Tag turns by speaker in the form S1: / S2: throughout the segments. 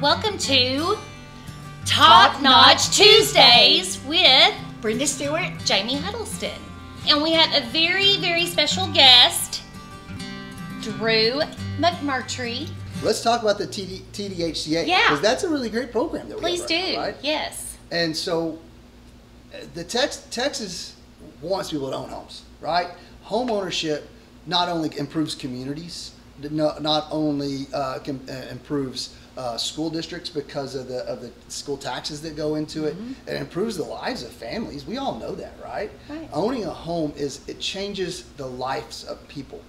S1: welcome to Top Notch Tuesdays with
S2: Brenda Stewart.
S1: Jamie Huddleston. And we have a very, very special guest, Drew McMurtry.
S3: Let's talk about the TD, TDHCA.
S1: Yeah.
S3: Because that's a really great program that we
S1: Please
S3: have
S1: do.
S3: right now, right?
S1: Yes.
S3: And so uh, the Tex- Texas wants people to own homes, right? Home ownership not only improves communities, not, not only uh, com- uh, improves uh, school districts because of the of the school taxes that go into it, it improves the lives of families. We all know that, right?
S1: Right.
S3: Owning a home is it changes the lives of people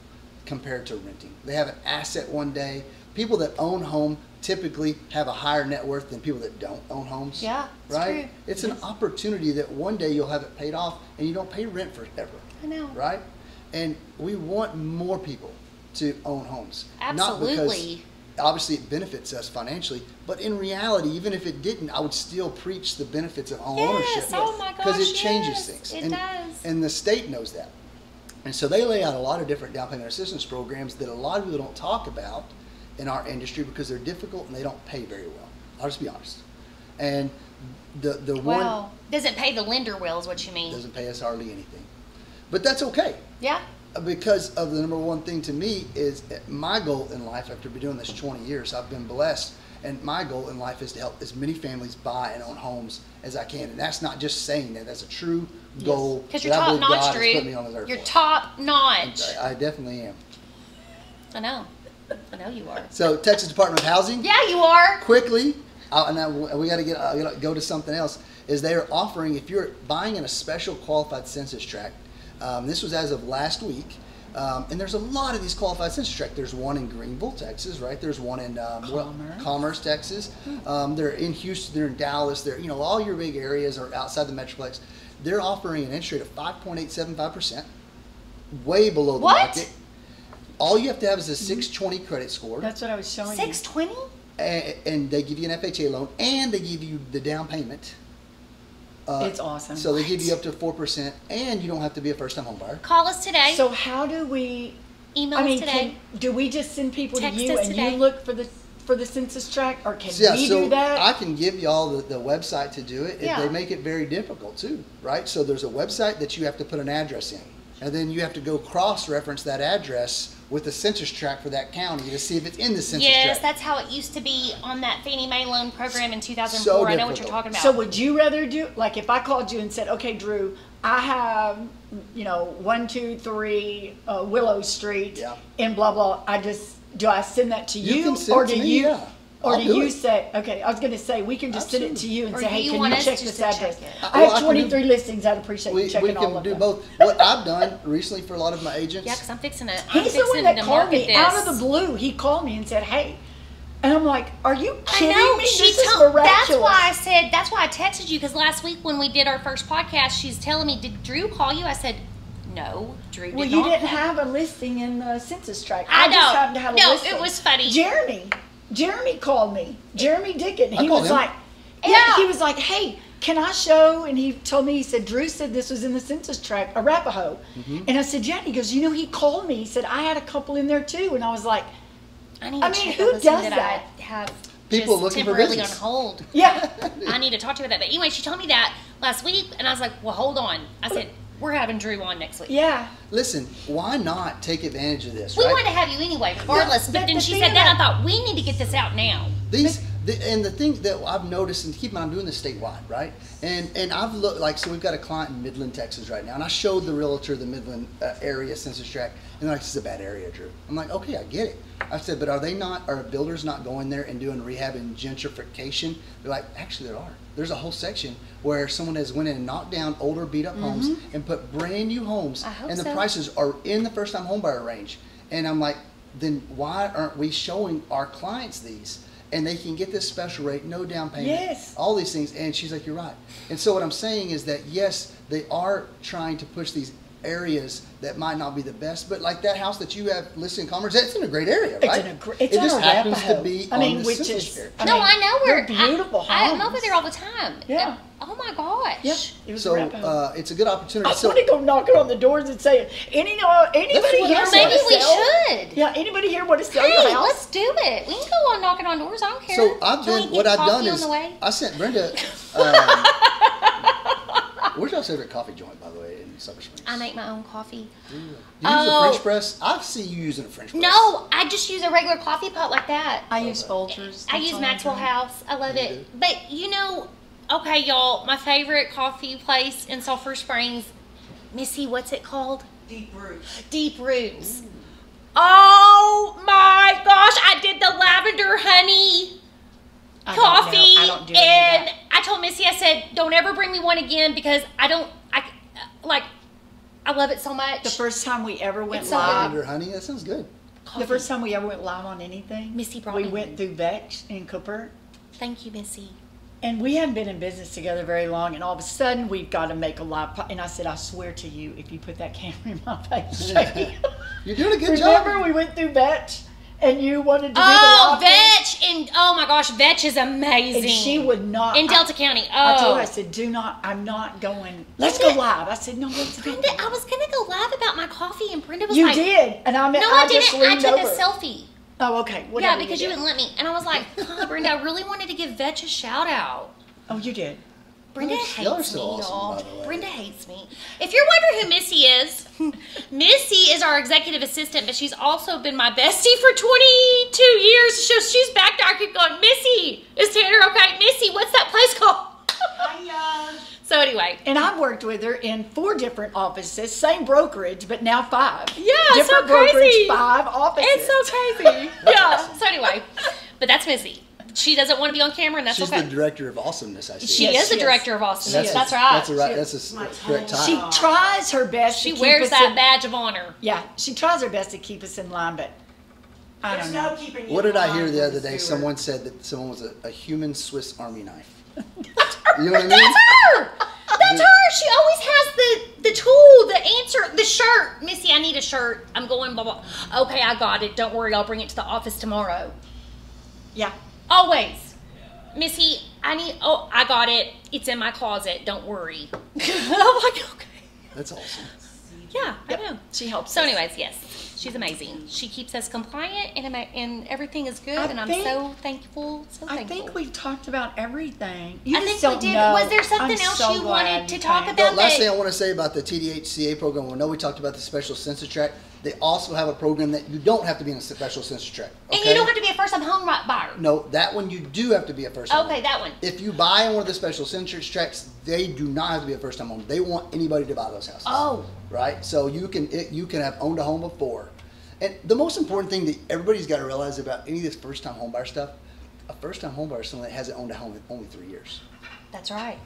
S3: compared to renting. They have an asset one day. People that own home typically have a higher net worth than people that don't own homes.
S2: Yeah, it's
S3: right.
S2: true.
S3: It's an opportunity that one day you'll have it paid off, and you don't pay rent forever.
S2: I know.
S3: Right. And we want more people to own homes. Not because
S1: Absolutely.
S3: obviously it benefits us financially, but in reality, even if it didn't, I would still preach the benefits of home
S1: Yes.
S3: ownership
S1: Oh my gosh.
S3: because it
S1: yes.
S3: changes things.
S1: It
S3: and,
S1: does.
S3: and the state knows that. And so they lay out a lot of different down payment assistance programs that a lot of people don't talk about in our industry because they're difficult and they don't pay very well. I'll just be honest. And the the
S2: Wow.
S1: Doesn't pay the lender well, is what you
S3: one
S1: mean.
S3: doesn't pay us hardly anything, but that's okay
S2: Yeah.
S3: because of the number one thing to me is my goal in life after been doing this 20 years i've been blessed and my goal in life is to help as many families buy and own homes as i can and that's not just saying that that's a true goal
S1: Because you're
S3: that I
S1: top
S3: believe
S1: notch,
S3: God has
S1: Drew.
S3: put me on this earth
S1: You're
S3: for.
S1: top notch.
S3: I, I definitely am
S1: I know. I know you are.
S3: so texas department of housing
S1: Yeah, you are.
S3: quickly, uh, and I, we got to get uh, we gotta go to something else. Is they are offering if you're buying in a special qualified census tract. Um, this was as of last week, um, and there's a lot of these qualified census tracts. There's one in Greenville, Texas, right? There's one in um, well,
S2: Commerce. Hmm.
S3: Commerce, Texas. Um, they're in Houston. They're in Dallas. They're you know all your big areas are outside the metroplex. They're offering an interest rate of 5.875 percent, way below the
S1: What?
S3: market. All you have to have is a 620 credit score
S2: That's what I was showing
S1: Six twenty?
S3: and, and they give you an FHA loan, and they give you the down payment.
S2: you.
S3: Uh,
S2: It's awesome.
S3: So they give you up to four percent, and you don't have to be a first-time home buyer.
S1: Call us today.
S2: So how do we?
S1: Email
S2: I
S1: us
S2: mean,
S1: today.
S2: can, do we just send people
S1: Text
S2: to you
S1: us
S2: and
S1: today.
S2: you look for the for the census tract, or can
S3: So, yeah,
S2: we
S3: so
S2: do that?
S3: I can give y'all the, the website to do it.
S2: Yeah.
S3: They make it very difficult too, right? So there's a website that you have to put an address in, and then you have to go cross-reference that address with the census tract for that county to see if it's in the census
S1: yes,
S3: tract.
S1: that's how it used to be on that Fannie Mae loan program in 2004.
S3: So
S1: I know what you're
S3: difficult.
S1: talking about.
S2: so would you rather do like if I called you and said, okay, Drew, I have you know one two three uh, Willow Street
S3: Yeah.
S2: in blah blah. I just do I send that to you,
S3: You can send
S2: or
S3: it to
S2: do
S3: me,
S2: you?
S3: yeah.
S2: Or
S3: I'll
S2: do,
S3: do
S2: you
S3: it.
S2: say okay? I was going to say we can just send it to
S3: Absolutely.
S2: you and
S1: Or
S2: say,
S1: do
S2: hey,
S1: you
S2: can
S1: want
S2: you
S1: us
S2: check
S1: just
S2: this
S1: to check
S2: address?
S1: it?
S2: I
S3: Well, I
S2: have
S3: can
S2: twenty three
S3: do-
S2: listings. I'd appreciate
S3: we,
S2: you
S3: we
S2: checking
S3: can
S2: all of
S3: do
S2: them.
S3: both. What I've done recently for a lot of my agents,
S1: Yeah, because I'm fixing it. I'm
S2: He's the one
S1: fixing
S2: that
S1: to
S2: called
S1: market
S2: me
S1: this.
S2: out of the blue. He called me and said, "Hey," and I'm like, "Are you
S1: I
S2: kidding
S1: know
S2: me?
S1: she
S2: this is
S1: told.
S2: miraculous."
S1: That's why I said. That's why I texted you because last week when we did our first podcast, she's telling me, "Did Drew call you?" I said, "No, Drew did
S2: well, you
S1: not."
S2: didn't have a listing in the census tract.
S1: I
S2: just
S1: know.
S2: happened to have a
S1: No,
S2: listing.
S1: it was funny.
S2: Jeremy, Jeremy called me. Jeremy Dickett.
S3: I
S2: He
S3: called
S2: was
S3: him.
S2: like,
S1: Yeah.
S2: yeah. He was like, "Hey, can I show?" And he told me. He said, "Drew said this was in the census tract, Arapaho."
S3: Mm-hmm.
S2: And I said, "Yeah." And he goes, "You know, he called me. He said I had a couple in there too." And I was like,
S1: I need.
S2: I
S1: to
S2: mean,
S1: check
S2: who
S1: the listing
S2: does
S1: I have
S3: People
S1: just
S3: looking for
S1: temporarily
S3: business.
S1: on hold.
S2: "Yeah."
S1: I need to talk to you about that. But anyway, she told me that last week, and I was like, "Well, hold on." I said, "We're having Drew on next week."
S2: Yeah,
S3: listen, why not take advantage of this?
S1: We
S3: right?
S1: wanted to have you anyway, regardless.
S2: Yeah,
S1: But
S2: but
S1: then
S2: the
S1: she
S2: thing
S1: said that, I
S2: about-
S1: thought we need to get this out now.
S3: These the, and the thing that I've noticed, and keep in mind, I'm doing this statewide, right? And and I've looked like so we've got a client in Midland, Texas, right now, and I showed the realtor the Midland uh, area census tract, and they're like, "This is a bad area, Drew." I'm like, "Okay, I get it." I said, "But are they not? Are builders not going there and doing rehab and gentrification?" They're like, "Actually, there are. There's a whole section where someone has went in and knocked down older, beat up homes and put brand new homes,
S1: Mm-hmm. I hope
S3: and the
S1: so.
S3: prices are in the first time home buyer range." And I'm like, "Then why aren't we showing our clients these?" and they can get this special rate, no down payment,
S2: Yes.
S3: all these things. And she's like, you're right. And so what I'm saying is that yes, they are trying to push these areas that might not be the best, but like that house that you have listed in Commerce, that's in a great area,
S2: it's
S3: right?
S2: in a gr- it's
S3: it
S2: on
S3: just
S2: Arapaho.
S3: happens to be
S2: I
S3: on
S2: mean,
S3: the
S2: which
S3: census
S2: is
S3: area.
S2: I
S1: no,
S2: mean,
S1: I know
S2: they're
S1: we're
S2: beautiful
S1: I,
S2: homes.
S1: I'm over there all the time.
S2: Yeah.
S4: Oh my gosh.
S2: Yep. It was
S3: So
S2: Arapaho.
S3: uh, it's a good opportunity.
S2: I
S3: So
S2: want to go knocking on the doors and saying, any, uh, anybody
S3: what
S2: here
S3: I
S2: want
S4: Maybe
S2: to
S4: we
S2: sell?
S4: should.
S2: Yeah, anybody here want to sell
S4: Hey,
S2: your house?
S4: let's do it. We can go on knocking on doors. I don't care.
S3: So I've
S4: Can we
S3: been
S4: get
S3: what I've
S4: coffee
S3: done
S4: on
S3: is
S4: the way?
S3: I sent Brenda. Um, where's your favorite coffee joint, by the way, in Silver Springs?
S4: I make my own coffee.
S3: Do you use
S4: Oh.
S3: a French press? I see you using a French press.
S4: No, I just use a regular coffee pot like that.
S2: I use Folgers.
S4: I use Maxwell House. I love
S3: You
S4: it.
S3: do?
S4: But you know, okay, y'all, my favorite coffee place in Sulphur Springs, Missy, what's it called?
S5: Deep roots.
S4: Deep Roots. Oh my gosh, I did the lavender honey coffee,
S2: I don't do any of
S4: and I told Missy, I said, don't ever bring me one again because I don't, I like, I love it so much.
S2: The first time we ever went
S4: It's
S2: live,
S3: Lavender honey, that sounds good.
S4: Coffee.
S2: the first time we ever went live on anything,
S4: Missy brought
S2: we
S4: me one.
S2: went through Bex and Cooper,
S4: Thank you, Missy.
S2: and we hadn't been in business together very long, and all of a sudden we've got to make a live. Po- and I said, I swear to you, if you put that camera in my face, Shaggy."
S3: You're doing a good
S2: remember
S3: job.
S2: we went through Bex, and you wanted to
S4: Oh,
S2: do the live thing?
S4: Vetch and oh my gosh, Vetch is amazing.
S2: and she would not.
S4: in
S2: I-
S4: Delta County. Oh,
S2: I told her, I said, do not, I'm not going. Let's go
S4: Brenda-
S2: live. I said, no, let's go.
S4: Brenda, I was gonna go live about my coffee, and Brenda was
S2: You
S4: like,
S2: did. And I meant,
S4: "No,
S2: I,
S4: I,
S2: just
S4: didn't. I
S2: leaned
S4: took
S2: over.
S4: a selfie."
S2: Oh, okay.
S4: Yeah,
S2: Whatever
S4: because you
S2: did.
S4: wouldn't let me, and I was like, "Oh, Brenda, I really wanted to give Vetch a shout out."
S2: Oh, you did.
S4: Brenda
S3: Y'all
S4: hates
S3: are so
S4: me,
S3: awesome, by the
S4: y'all.
S3: way.
S4: Brenda hates me. If you're wondering who Missy is, Missy is our executive assistant, but she's also been my bestie for 22 years. So she's back there. I keep going, Missy, is Tanner okay? Missy, what's that place called?
S5: Hiya.
S4: so anyway,
S2: And I've worked with her in four different offices, same brokerage, but now five.
S4: Yeah, it's so
S2: different brokerage,
S4: crazy.
S2: five offices.
S4: It's so crazy. yeah. So anyway, but that's Missy. She doesn't want to be on camera, and that's
S3: She's
S4: okay.
S3: the director of awesomeness. I see.
S4: she
S2: Yes,
S4: is the
S2: she is.
S4: director of Austin.
S3: That's,
S4: That's,
S3: a-
S4: right.
S3: That's a right.
S2: She-
S3: That's a
S5: my
S3: s- correct
S5: whole-
S3: time.
S2: she tries her best.
S4: she
S2: to keep
S4: wears
S2: us
S4: that
S2: in-
S4: badge of honor.
S2: Yeah, she tries her best to keep us in line, but I
S5: There's
S2: don't know.
S5: no keeping you
S3: what did I
S5: in
S3: hear
S5: line
S3: the
S5: for
S3: other day?
S5: sewer.
S3: Someone said that someone was a, a human Swiss Army knife. you know what I mean?
S4: That's her. That's her. She always has the the tool, the answer, the shirt. Missy, I need a shirt. I'm going blah blah. Okay, I got it. Don't worry. I'll bring it to the office tomorrow.
S2: Yeah.
S4: Always. Missy, I need. Oh, I got it. It's in my closet. Don't worry. I'm like, okay.
S3: That's awesome.
S4: Yeah, I know.
S2: She helps
S4: So,
S2: us.
S4: anyways, yes, she's amazing. She keeps us compliant, and ama- and everything is good.
S2: I
S4: and I'm
S2: think-
S4: so thankful. So
S2: I
S4: thankful.
S2: think we've talked about everything. You
S4: I
S2: just
S4: think we
S2: don't
S4: did.
S2: know.
S4: Was there
S2: I'm
S4: something else
S2: so
S4: you
S2: glad
S4: wanted to
S2: you
S4: talk
S2: came.
S4: about?
S3: Last
S4: that-
S3: thing I want to say about the TDHCA program, well, no, we talked about the special census track. They also have a program that you don't have to be in a special census track.
S4: And you don't have to be a first-time home right buyer.
S3: No, that one you do have to be a first. time
S4: Okay,
S3: home.
S4: that one.
S3: If you buy in one of the special census tracks, they do not have to be a first time home. They want anybody to buy those houses.
S4: Oh.
S3: Right? So you can it, you can have owned a home before. And the most important thing that everybody's got to realize about any of this first time home buyer stuff, a first time home buyer is someone that hasn't owned a home in only three years.
S4: That's right.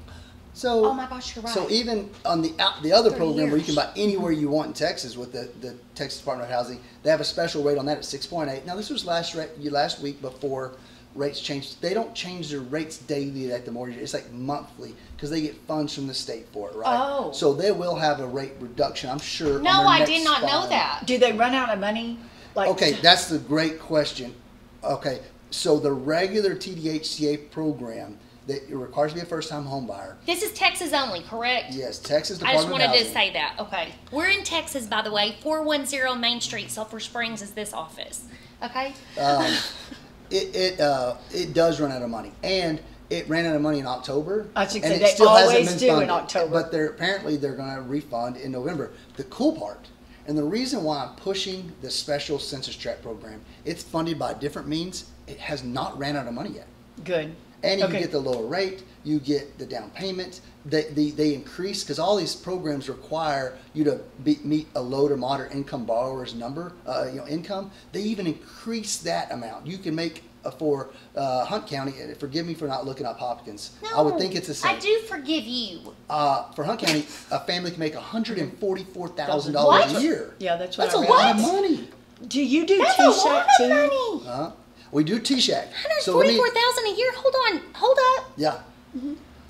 S3: So
S4: Oh my gosh, you're
S3: So
S4: right.
S3: even on the out, the other
S4: Three
S3: program where you can
S4: years. Mm-hmm.
S3: buy anywhere you want in Texas with the, the Texas Department of Housing, they have a special rate on that at six point eight. Now this was last ra- you- last week before rates changed. They don't change their rates daily like the mortgage. It's like monthly because they get funds from the state for it, right?
S2: Oh.
S3: So they will have a rate reduction. I'm sure. on
S4: No,
S3: their
S4: I
S3: next
S4: did not know
S3: filing.
S4: that.
S2: Do they run out of money? Like
S3: Okay, that's the great question. Okay, so the regular TDHCA program that requires you to be a first time home buyer.
S4: This is Texas only, correct?
S3: Yes, Texas
S4: I
S3: Department
S4: just wanted
S3: of
S4: to
S3: Housing.
S4: say that. Okay. We're in Texas, by the way. 410 Main Street, Sulphur Springs is this office. Okay?
S3: um, it it uh, it does run out of money, and it ran out of money in October.
S2: I should
S3: and
S2: say
S3: it
S2: they
S3: still
S2: always
S3: hasn't been
S2: do in
S3: funded,
S2: October.
S3: But they're apparently they're going to refund in November. The cool part, and the reason why I'm pushing the special census tract program, it's funded by different means. It has not ran out of money yet,
S2: good.
S3: and
S2: Okay.
S3: you get the lower rate, you get the down payment. They they, they increase because all these programs require you to be, meet a low to moderate income borrower's number, uh, you know, income. They even increase that amount. You can make uh, for uh, Hunt County. And forgive me for not looking up Hopkins. I would think it's the same.
S4: I do forgive you.
S3: Uh, for Hunt County, a family can make hundred and forty-four thousand dollars
S4: What?
S3: a year.
S2: Yeah, that's what
S3: that's
S2: I
S3: a
S2: read.
S3: lot of money.
S2: Do you do
S4: That's a
S2: T-shirt
S4: lot
S2: too?
S4: of money.
S3: Huh? We do T-Shack. So let me-
S4: 144000 a year. Hold on. Hold up.
S3: Yeah.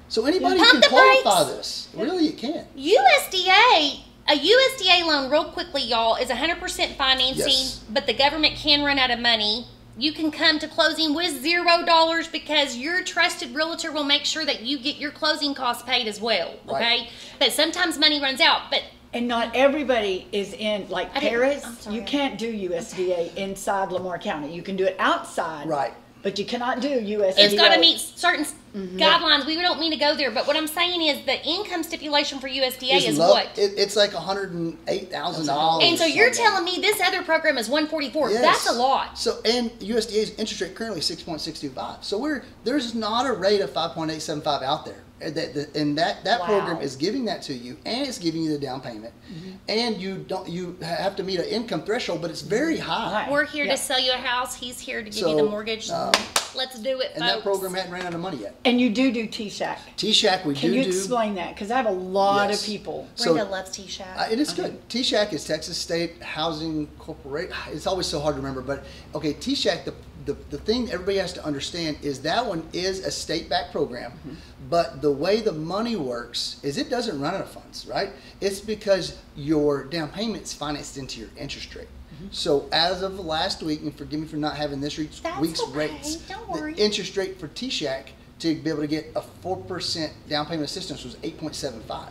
S3: So anybody
S4: Pump
S3: can
S4: Mm-hmm. the
S3: qualify
S4: brakes.
S3: this. Really, it can.
S4: USDA, a USDA loan, real quickly, y'all, is 100% financing,
S3: Yes.
S4: but the government can run out of money. You can come to closing with zero dollars because your trusted realtor will make sure that you get your closing costs paid as well. Okay,
S3: Right.
S4: but sometimes money runs out. But
S2: And not everybody is in, like
S4: I didn't-
S2: Paris,
S4: I'm sorry.
S2: you can't do USDA inside Lamar County. You can do it outside.
S3: Right.
S2: But you cannot do USDA.
S4: it's got to meet certain s
S3: Mm-hmm.
S4: guidelines. We don't mean to go there, but what I'm saying is the income stipulation for USDA is,
S3: It's low-
S4: what.
S3: It, it's like hundred and eight thousand dollars.
S4: and so you're telling me this other program is 144.
S3: Yes.
S4: That's a lot.
S3: So and USDA's interest rate currently six point six two five. So we're there's not a rate of five point eight seven five out there. And that that- and that, that
S2: Wow.
S3: program is giving that to you, and it's giving you the down payment,
S4: Mm-hmm.
S3: and you don't you have to meet an income threshold, but it's very high.
S2: Right.
S4: We're here
S2: Yeah.
S4: to sell you a house. He's here to give you
S3: So,
S4: the mortgage.
S3: uh,
S4: Let's do it,
S3: And
S4: folks.
S3: that program hadn't ran out of money yet.
S2: And you do do T-Shack.
S3: T Shack, we
S2: Can
S3: do
S2: you
S3: do.
S2: explain that? Because I have a lot
S3: Yes.
S2: of people.
S3: So-
S4: Brenda loves T-Shack.
S3: Uh, it is good. T Shack is Texas State Housing Corporation. Ah, It's always so hard to remember, but okay, T Shack, the, the, the thing everybody has to understand is that one is a state backed program,
S4: Mm-hmm.
S3: but the way the money works is it doesn't run out of funds, right? It's because your down payment's financed into your interest rate.
S4: Mm-hmm.
S3: So as of last week, and forgive me for not having this week's,
S4: That's
S3: week's
S4: okay.
S3: rates,
S4: Don't
S3: the
S4: worry.
S3: interest rate for T Shack to be able to get a four percent down payment assistance was eight point seven five.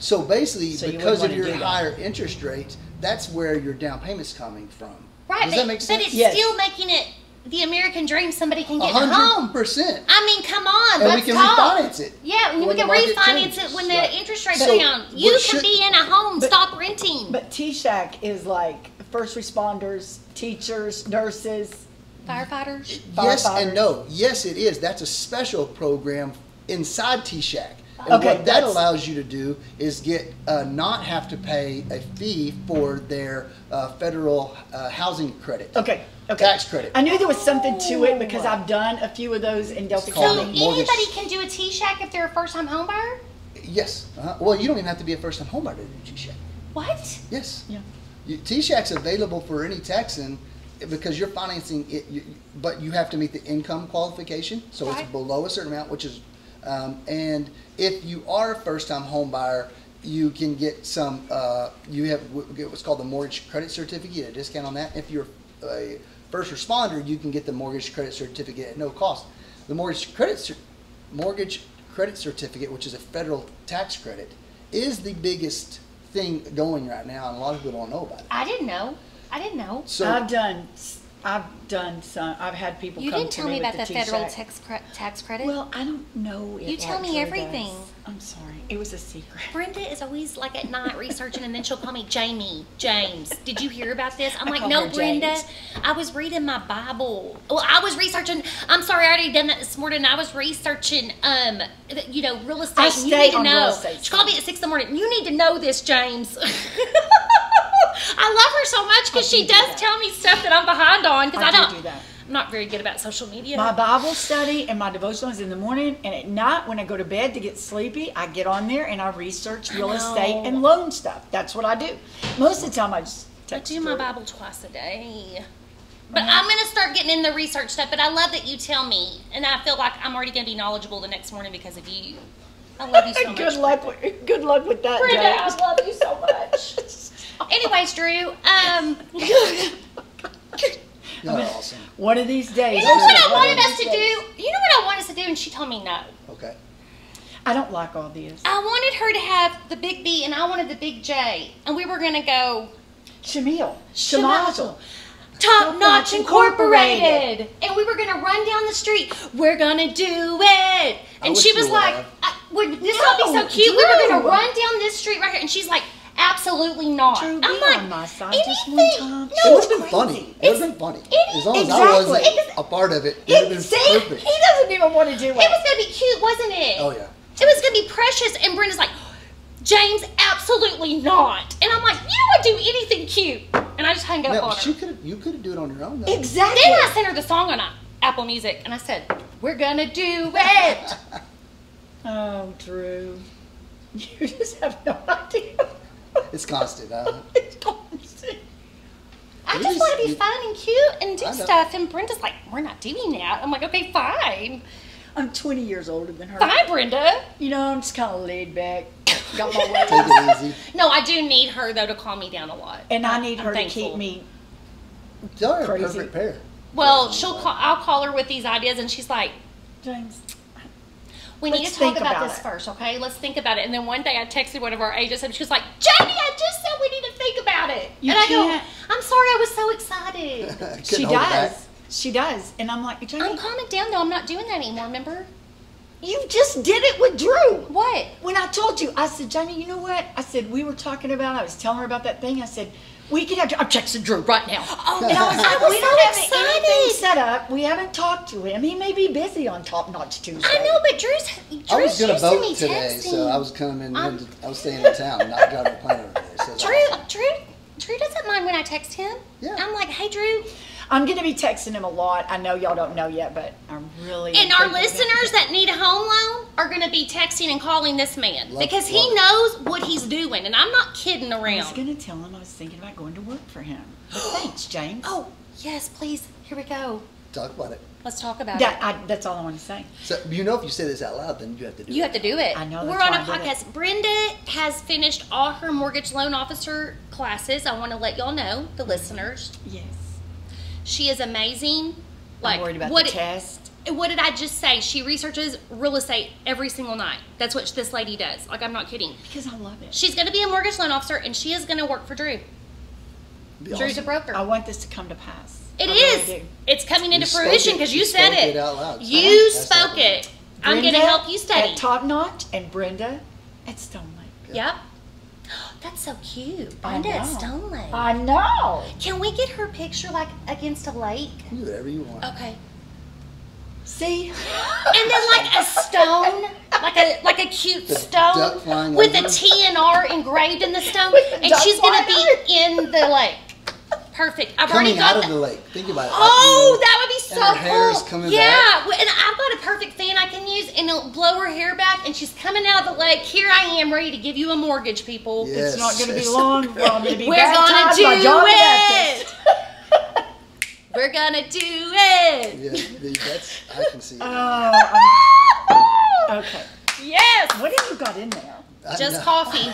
S3: So basically,
S2: So you wouldn't
S3: because of
S2: wanna do
S3: your
S2: that.
S3: higher interest rates, that's where your down payment's coming from.
S4: right,
S3: Does
S4: but,
S3: that make sense?
S4: but it's
S2: Yes.
S4: still making it the American dream. Somebody can get
S3: hundred
S4: home.
S3: percent.
S4: I mean, come on.
S3: And we
S4: let's
S3: can
S4: talk.
S3: refinance it.
S4: Yeah, and we
S3: when
S4: can
S3: the market
S4: refinance
S3: changes.
S4: it when the
S3: Right.
S4: interest rates
S3: So,
S4: are down.
S3: what
S4: You can
S3: should-
S4: be in a home.
S2: But-
S4: stop renting.
S2: But T-Shack is like first responders, teachers, nurses.
S4: Firefighters.
S3: Yes and
S2: firefighters.
S3: no. Yes, it is. That's a special program inside T Shack. And
S2: Okay,
S3: what that
S2: that's-
S3: allows you to do is get uh, not have to pay a fee for their uh, federal uh, housing credit.
S2: Okay. Okay.
S3: Tax credit.
S2: I knew there was something to it because I've done a few of those in Delta
S3: It's
S4: So
S3: called
S2: County.
S3: Mortgage.
S4: anybody can do a T-Shack if they're a first-time home buyer.
S3: Yes. Uh-huh. Well, you don't even have to be a first time homebuyer to do T Shack.
S4: What?
S3: Yes.
S2: Yeah.
S3: You- T-Shack's available for any Texan because you're financing it, you, but you have to meet the income qualification, so
S4: Right.
S3: it's below a certain amount, which is, um, and if you are a first-time home buyer, you can get some. Uh, you have w- get what's called the mortgage credit certificate, a discount on that. If you're a first responder, you can get the mortgage credit certificate at no cost. The mortgage credit cer- mortgage credit certificate, which is a federal tax credit, is the biggest thing going right now, and a lot of people don't know about it.
S4: I didn't know. I didn't know.
S3: So
S2: I've done. s- I've done some. I've had people
S4: You
S2: come
S4: didn't
S2: to
S4: tell
S2: me
S4: me
S2: with
S4: about the
S2: the
S4: federal
S2: T-Shack.
S4: tax cre- tax credit.
S2: Well, I don't know. It
S4: You tell me
S2: actually
S4: everything.
S2: does. I'm sorry. It was a secret.
S4: Brenda is always like at night researching, and then she'll call me Jamie. James, did you hear about this? I'm
S2: I
S4: like,
S2: call
S4: no,
S2: her
S4: Brenda.
S2: James.
S4: I was reading my Bible. Well, I was researching. I'm sorry, I already done that this morning. I was researching, um, th- you know, real estate.
S2: I
S4: and you
S2: stay
S4: need to
S2: on real
S4: know.
S2: estate.
S4: She called me at six in the morning. You need to know this, James. I love her so much because
S2: I do
S4: she
S2: Oh, do
S4: does
S2: that.
S4: tell me stuff that I'm behind on because
S2: I
S4: I,
S2: do
S4: not
S2: do that.
S4: I'm not very good about social media.
S2: My Bible study and my devotional is in the morning, and at night when I go to bed to get sleepy, I get on there and I research real
S4: know.
S2: estate and loan stuff. That's what I do. Most of the time, I just
S4: I
S2: text
S4: do my
S2: through.
S4: Bible twice a day. But I'm gonna start getting in the research stuff. But I love that you tell me, and I feel like I'm already gonna be knowledgeable the next morning because of you. I love you so much.
S2: good luck. With, good luck with that.
S4: Brenda, I
S2: James.
S4: love you so much. Anyways, Drew, um,
S3: y'all are awesome.
S2: One of these days.
S4: you know
S2: James,
S4: what I
S2: one of
S4: wanted us to
S2: these days.
S4: do? You know what I wanted us to do, and she told me no.
S3: Okay.
S2: I don't like all this.
S4: I wanted her to have the big B, and I wanted the big J, and we were gonna go
S2: Shamil.
S4: Shemazel.
S2: Shemazel.
S4: Top Notch
S2: Notch
S4: Incorporated. And we were going to run down the street. We're going to do it. And
S3: wish
S4: she
S3: you
S4: was
S3: would
S4: like,
S3: have.
S4: I, would this all be so
S2: No,
S4: cute? We were going to
S2: Drew.
S4: run down this street right here. And she's like, absolutely not.
S2: Drew, be
S4: I'm like,
S2: on my side
S4: anything.
S2: just one time.
S3: It
S4: No,
S3: would have been funny. It would have been funny.
S4: it-
S3: As long as I wasn't
S4: exactly.
S3: a part of it, it would have
S2: He,
S3: been
S2: see,
S3: perfect.
S2: he doesn't even want to do
S4: it was
S2: it.
S4: going to be cute, wasn't it?
S3: Oh, yeah.
S4: It was going to be precious. And Brenda's like, James, absolutely not. And I'm like, you would do anything cute. And I just hung up
S3: No,
S4: on her.
S3: she could have. You could have do it on your own. Though.
S2: Exactly.
S4: Then I sent her the song on uh, Apple Music, and I said, "We're gonna do it."
S2: Oh, Drew. You just have no idea.
S3: It's constant. Uh,
S2: It's constant.
S4: I
S3: You
S4: just
S3: just-
S4: want to be
S3: you-
S4: fun and cute and do
S3: I know.
S4: stuff. And Brenda's like, "We're not doing that." I'm like, "Okay, fine,
S2: I'm 20 years older than her.
S4: fine, Brenda."
S2: You know, I'm just kind of laid back. Got my way.
S3: take it easy.
S4: No, I do need her though to calm me down a lot.
S2: And I need
S4: I'm
S2: her to
S4: thankful.
S2: keep me.
S3: Y'all are a
S2: Crazy.
S3: perfect pair.
S4: Well, she'll call, I'll call her with these ideas, and she's like,
S2: James.
S4: "We need
S2: Let's
S4: to talk
S2: think
S4: about,
S2: about
S4: this
S2: it.
S4: first, okay? Let's think about it." And then one day, I texted one of our agents, and she was like, "Jamie, I just said we need to think about it."
S2: You
S4: and I
S2: can't-
S4: go, "I'm sorry, I was so excited.
S3: Couldn't
S2: She
S3: hold it back.
S2: does. She does. And I'm like,
S4: I'm
S2: Jamie,
S4: calming down though. I'm not doing that anymore. Remember
S2: you just did it with Drew.
S4: what?"
S2: When I told you, I said, Johnny, you know what? I said, we were talking about, I was telling her about that thing. I said, we could have, I'm texting Drew right now.
S4: Oh,
S2: And I was like,
S4: I was
S2: we
S4: so
S2: don't have anything
S4: excited.
S2: set up. We haven't talked to him. He may be busy on Top Notch Tuesday.
S4: I know, but Drew's Drew's
S3: I was gonna
S4: used to me
S3: vote today,
S4: texting.
S3: so I was coming.
S4: I'm-
S3: In, I was staying in town, not driving a plane over there. So it's
S4: Drew,
S3: awesome.
S4: Drew, Drew doesn't mind when I text him.
S3: Yeah.
S4: I'm like, hey, Drew,
S2: I'm going to be texting him a lot. I know y'all don't know yet, but I'm really.
S4: and our
S2: thinking about-
S4: listeners that need a home loan are going to be texting and calling this man
S3: Love-
S4: because he
S3: love it.
S4: knows what he's doing, and I'm not kidding
S2: I was
S4: around.
S2: going to tell him I was thinking about going to work for him. But thanks, James.
S4: oh, yes, please. Here we go.
S3: Talk about it.
S4: Let's talk about
S2: That,
S4: it.
S2: I, that's all I want to say.
S3: So you know, if you say this out loud, then you have to do.
S4: You
S3: it.
S4: have to do it.
S2: I know,
S4: We're on a
S2: that's why I did
S4: podcast. Brenda has finished all her mortgage loan officer classes. I want to let y'all know, the listeners.
S2: Yes.
S4: She is amazing. Like
S2: I'm worried about
S4: what
S2: the test.
S4: And what did I just say? She researches real estate every single night. That's what this lady does. Like, I'm not kidding.
S2: Because I love it.
S4: She's going to be a mortgage loan officer and she is going to work for Drew.
S3: Be
S4: Drew's a
S3: awesome.
S4: broker.
S2: I want this to come to pass.
S4: It
S2: I
S4: is.
S2: Really do.
S4: It's coming into
S3: spoke
S4: fruition
S3: it.
S4: because
S3: You
S4: you, said
S3: spoke
S4: it.
S3: it out loud.
S4: You
S3: That's
S4: spoke
S3: awesome.
S4: it. I'm going to
S2: Brenda
S4: help you study.
S2: At Top Notch and Brenda at Stone Lake.
S4: yep. That's so cute.
S2: I
S4: Brenda at
S2: know.
S4: Stone Lake.
S2: I know.
S4: Can we get her picture like against a lake?
S3: You Do whatever you want.
S4: Okay.
S2: See?
S4: And then like a stone, like a like a cute
S3: The duck
S4: stone
S3: flying
S4: with a
S3: over.
S4: T and R engraved in the stone,
S2: With the
S4: and
S2: duck
S4: she's gonna be
S2: flying
S4: in the lake. Perfect. I've already
S3: Coming
S4: got
S3: out
S4: that.
S3: of the lake. Think about it.
S4: Oh,
S3: Like,
S4: that would be so
S3: And her hair is
S4: cool.
S3: coming
S4: yeah,
S3: back.
S4: w- and I've got a perfect fan I can use, and it'll blow her hair back, and she's coming out of the lake. Here I am, ready to give you a mortgage, people.
S3: Yeah.
S2: It's not going to
S3: Yes.
S2: be long for I'm going to be
S4: We're gonna
S2: baptized
S4: do
S2: by John the
S4: it.
S2: Baptist.
S4: We're gonna do it.
S3: you know, yeah, the- that's. I can see. It.
S4: Uh,
S2: Oh, I'm- okay.
S4: Yes.
S2: What have you got in there?
S3: I
S4: Just
S3: know.
S4: coffee.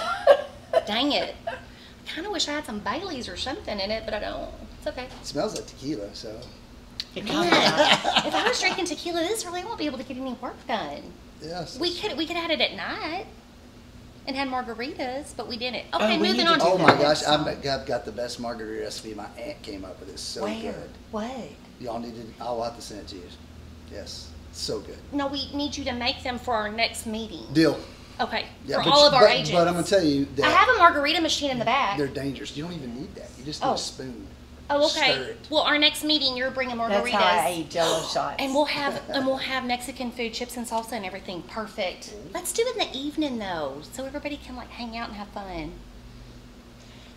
S4: Dang it. I kind of wish I had some Bailey's or something in it, but I don't. It's okay.
S3: It smells like tequila. So
S2: It
S4: Man,
S2: comes out.
S4: if I was drinking tequila this early, I won't be able to get any work done.
S3: yes.
S4: We could we could have had it at night and had margaritas, but we didn't.
S2: Oh,
S4: Okay,
S2: we need
S4: moving on.
S2: to
S4: to
S3: Oh
S2: do
S3: my
S2: that
S3: gosh,
S2: next
S3: I've
S2: time.
S3: got, got the best margarita recipe. My aunt came up with it. It's So
S2: Where?
S3: good.
S4: what?
S3: Y'all need to. I'll have to send it to you. Yes. So good.
S4: No, we need you to make them for our next meeting.
S3: Deal.
S4: Okay,
S3: Yeah,
S4: for
S3: but
S4: all
S3: you-
S4: of our
S3: but,
S4: agents.
S3: But I'm gonna tell you that
S4: I have a margarita machine in the back.
S3: they're dangerous. You don't even need that. You just need
S4: Oh.
S3: a spoon.
S4: Oh, okay.
S3: Stir it.
S4: Well, our next meeting, you're bringing margaritas.
S2: That's how I ate jello shots.
S4: And we'll have and we'll have Mexican food, chips and salsa and everything. Perfect. Let's do it in the evening though, so everybody can like hang out and have fun.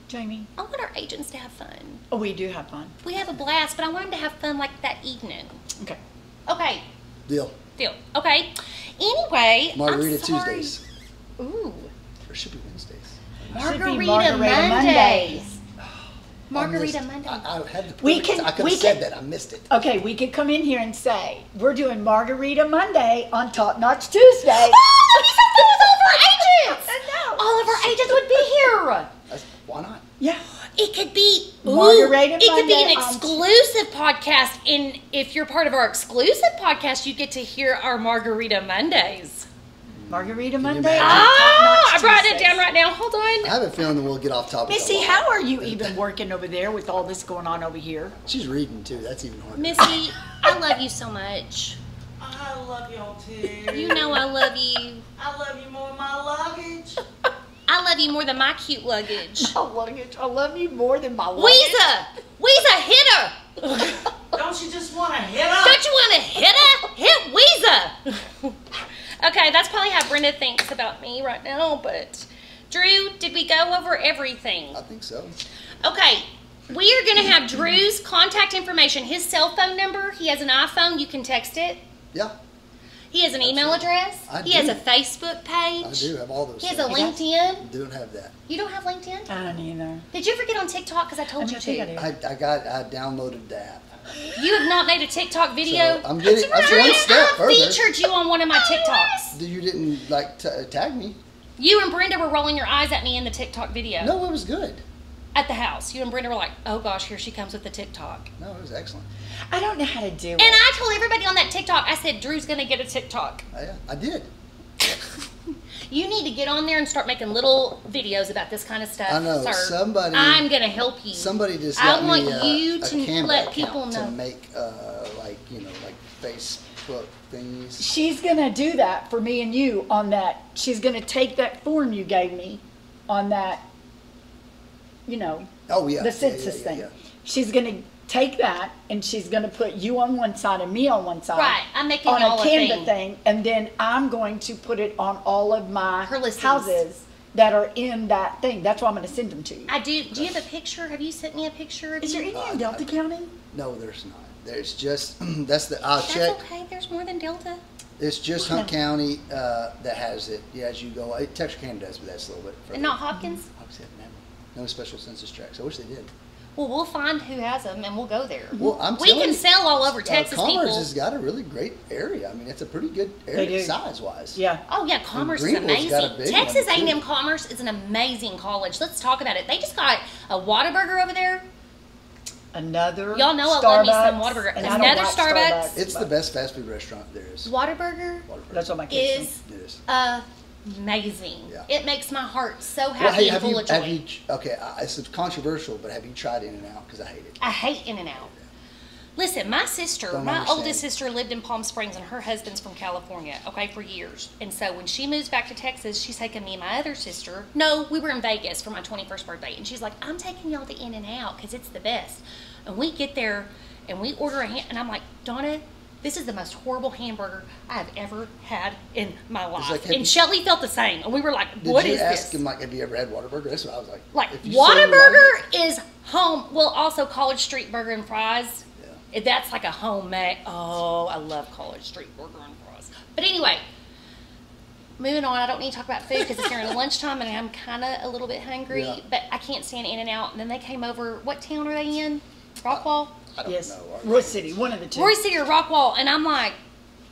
S2: Jamie,
S4: I want our agents to have fun.
S2: oh, we do have fun.
S4: We have a blast, but I want them to have fun like that evening.
S2: Okay.
S4: Okay,
S3: Deal.
S4: deal. Okay. Anyway, I'm
S3: Margarita
S4: sorry.
S3: Tuesdays.
S4: Ooh,
S3: Or should be Wednesdays.
S2: Should
S4: margarita,
S2: be
S4: Mondays.
S2: Margarita Mondays.
S4: Margarita
S3: I missed-
S4: Monday.
S3: I, I had the
S2: We
S3: perfect-
S2: can-
S3: I could
S2: we
S3: have said
S2: can-
S3: that. I missed it.
S2: Okay, we could come in here and say, we're doing Margarita Monday on Top Notch Tuesday.
S4: Oh, he said it was all of our agents.
S2: I know.
S4: All of our agents would be here.
S3: That's- why not?
S2: Oh, Yeah.
S4: It could be ooh,
S2: Margarita
S4: It could be an
S2: Monday on-
S4: exclusive podcast. And if you're part of our exclusive podcast, you get to hear our Margarita Mondays.
S2: Margarita
S3: you
S2: Monday.
S3: imagine?
S2: on
S4: Ah, I
S2: Top Notch
S4: brought it
S2: Tuesdays.
S4: down right now. Hold
S3: I
S4: on.
S3: have a feeling that we'll get off topic. a
S2: Missy,
S3: lot.
S2: how are you even working over there with all this going on over here?
S3: She's reading too. That's even harder.
S4: Missy, I love you so much.
S5: I love y'all too.
S4: You know I love you.
S5: I love you more than my luggage.
S4: I love you more than my cute luggage.
S2: I love you, I love you more than my life.
S4: Weezer! Weezer, hit her!
S5: Don't you just want to hit up?
S4: Don't you want to hit her? Hit Weezer! okay, that's probably how Brenda thinks about me right now, but Drew, did we go over everything?
S3: I think so.
S4: Okay, we are going to have Drew's contact information, his cell phone number. He has an iPhone, you can text it.
S3: Yeah,
S4: He has an email address.
S3: I
S4: he has
S3: do.
S4: a Facebook
S3: I
S4: page.
S3: do have all those.
S4: He has a
S3: things.
S4: LinkedIn.
S3: Don't have that.
S4: You don't have LinkedIn?
S2: I don't either.
S4: Did you ever get on TikTok? Because I
S2: I
S4: told
S2: mean,
S4: you
S2: I think I
S4: to.
S2: do.
S3: I, I got. I downloaded the app.
S4: You have not made a TikTok video.
S3: So I'm getting. I'm one step
S4: I
S3: further. Oh,
S4: featured you on one of my TikToks.
S3: You didn't like t- tag me.
S4: You and Brenda were rolling your eyes at me in the TikTok video.
S3: No, it was good.
S4: at the house. You and Brenda were like, oh gosh, here she comes with the TikTok.
S3: No, it was excellent.
S2: I don't know how to do
S4: And
S2: it.
S4: I told everybody on that TikTok, I said, Drew's gonna get a TikTok.
S3: I, Uh, I did.
S4: You need to get on there and start making little videos about this kind of stuff.
S3: I know,
S4: sir.
S3: somebody-
S4: I'm gonna help you.
S3: Somebody just
S4: I
S3: got
S4: want
S3: me a,
S4: you
S3: a
S4: to
S3: Canva
S4: let
S3: account
S4: people know.
S3: to make uh, like you know like Facebook things.
S2: She's gonna do that for me and you on that. She's gonna take that form you gave me on that. You know,
S3: Oh yeah,
S2: the
S3: yeah, yeah,
S2: census
S3: yeah,
S2: thing.
S3: yeah.
S2: She's gonna take that and she's gonna put you on one side and me on one side.
S4: Right, I'm making
S2: on a
S4: y'all a
S2: Canva
S4: thing.
S2: and then I'm going to put it on all of my
S4: Her listings.
S2: houses that are in that thing. That's why I'm gonna send them to you.
S4: I do. Do you have a picture? Have you sent me a picture? Of
S2: Is
S4: you?
S2: there any in Delta County?
S3: No, there's not. There's just that's the I'll
S4: That's
S3: check.
S4: okay. There's more than Delta.
S3: It's just Hunt County uh, that has it. Yeah, as you go, it, Texarkana does, but that's a little bit. Further.
S4: And not Hopkins.
S3: Obviously, I haven't had no special census tracts. I wish they did.
S4: Well, we'll find who has them and we'll go there.
S3: Well, I'm
S4: Mm-hmm. we
S3: telling
S4: can
S3: you,
S4: sell all over Texas,
S3: uh, Commerce
S4: people.
S3: has got a really great area. I mean, it's a pretty good
S2: They
S3: area
S2: do.
S3: size wise.
S2: Yeah.
S4: Oh yeah, Commerce is
S3: Greenville's
S4: amazing.
S3: got a big one,
S4: Texas
S3: too.
S4: A&M Commerce is an amazing college. Let's talk about it. They just got a Whataburger over there.
S2: Another
S4: Y'all know I love me some
S2: Starbucks,
S4: Whataburger.
S2: and I don't
S4: Another
S2: like
S4: Starbucks.
S3: It's the best fast food restaurant there is.
S4: Whataburger
S3: Waterford.
S2: That's what my kids think.
S4: is
S3: It is.
S4: amazing.
S3: Yeah.
S4: It makes my heart so happy
S3: Well, hey,
S4: and
S3: have
S4: full
S3: you,
S4: of joy.
S3: have you, okay, I- it's controversial, but have you tried In and Out? Because I hate it.
S4: I hate In and Out. Listen, my sister,
S3: Don't
S4: my
S3: understand.
S4: oldest sister lived in Palm Springs and her husband's from California, okay, for years. And so when she moves back to Texas, she's taking me and my other sister. No, we were in Vegas for my 21st birthday. And she's like, I'm taking y'all to In and Out because it's the best. And we get there and we order a ham. And I'm like, Donna, this is the most horrible hamburger I've ever had in my life.
S3: like, have
S4: and
S3: you-
S4: Shelly felt the same. And we were like,
S3: Did
S4: "What is
S3: you ask
S4: this?
S3: him, like, have you ever had Whataburger? That's what I was like.
S4: Like
S3: if you say you like
S4: Whataburger is home. Well, also College Street Burger and Fries.
S3: Yeah.
S4: If That's like a homemade. Oh, I love College Street Burger and Fries. But anyway, moving on. I don't need to talk about food because it's during lunchtime and I'm kind of a little bit hungry.
S3: Yeah.
S4: But I can't stand In and Out. And then they came over. What town are they in? Rockwall.
S3: I don't
S2: Yes,
S3: know.
S2: Roy City, one of
S3: Uh,
S2: the two.
S4: Roy City or Rockwall. And I'm like,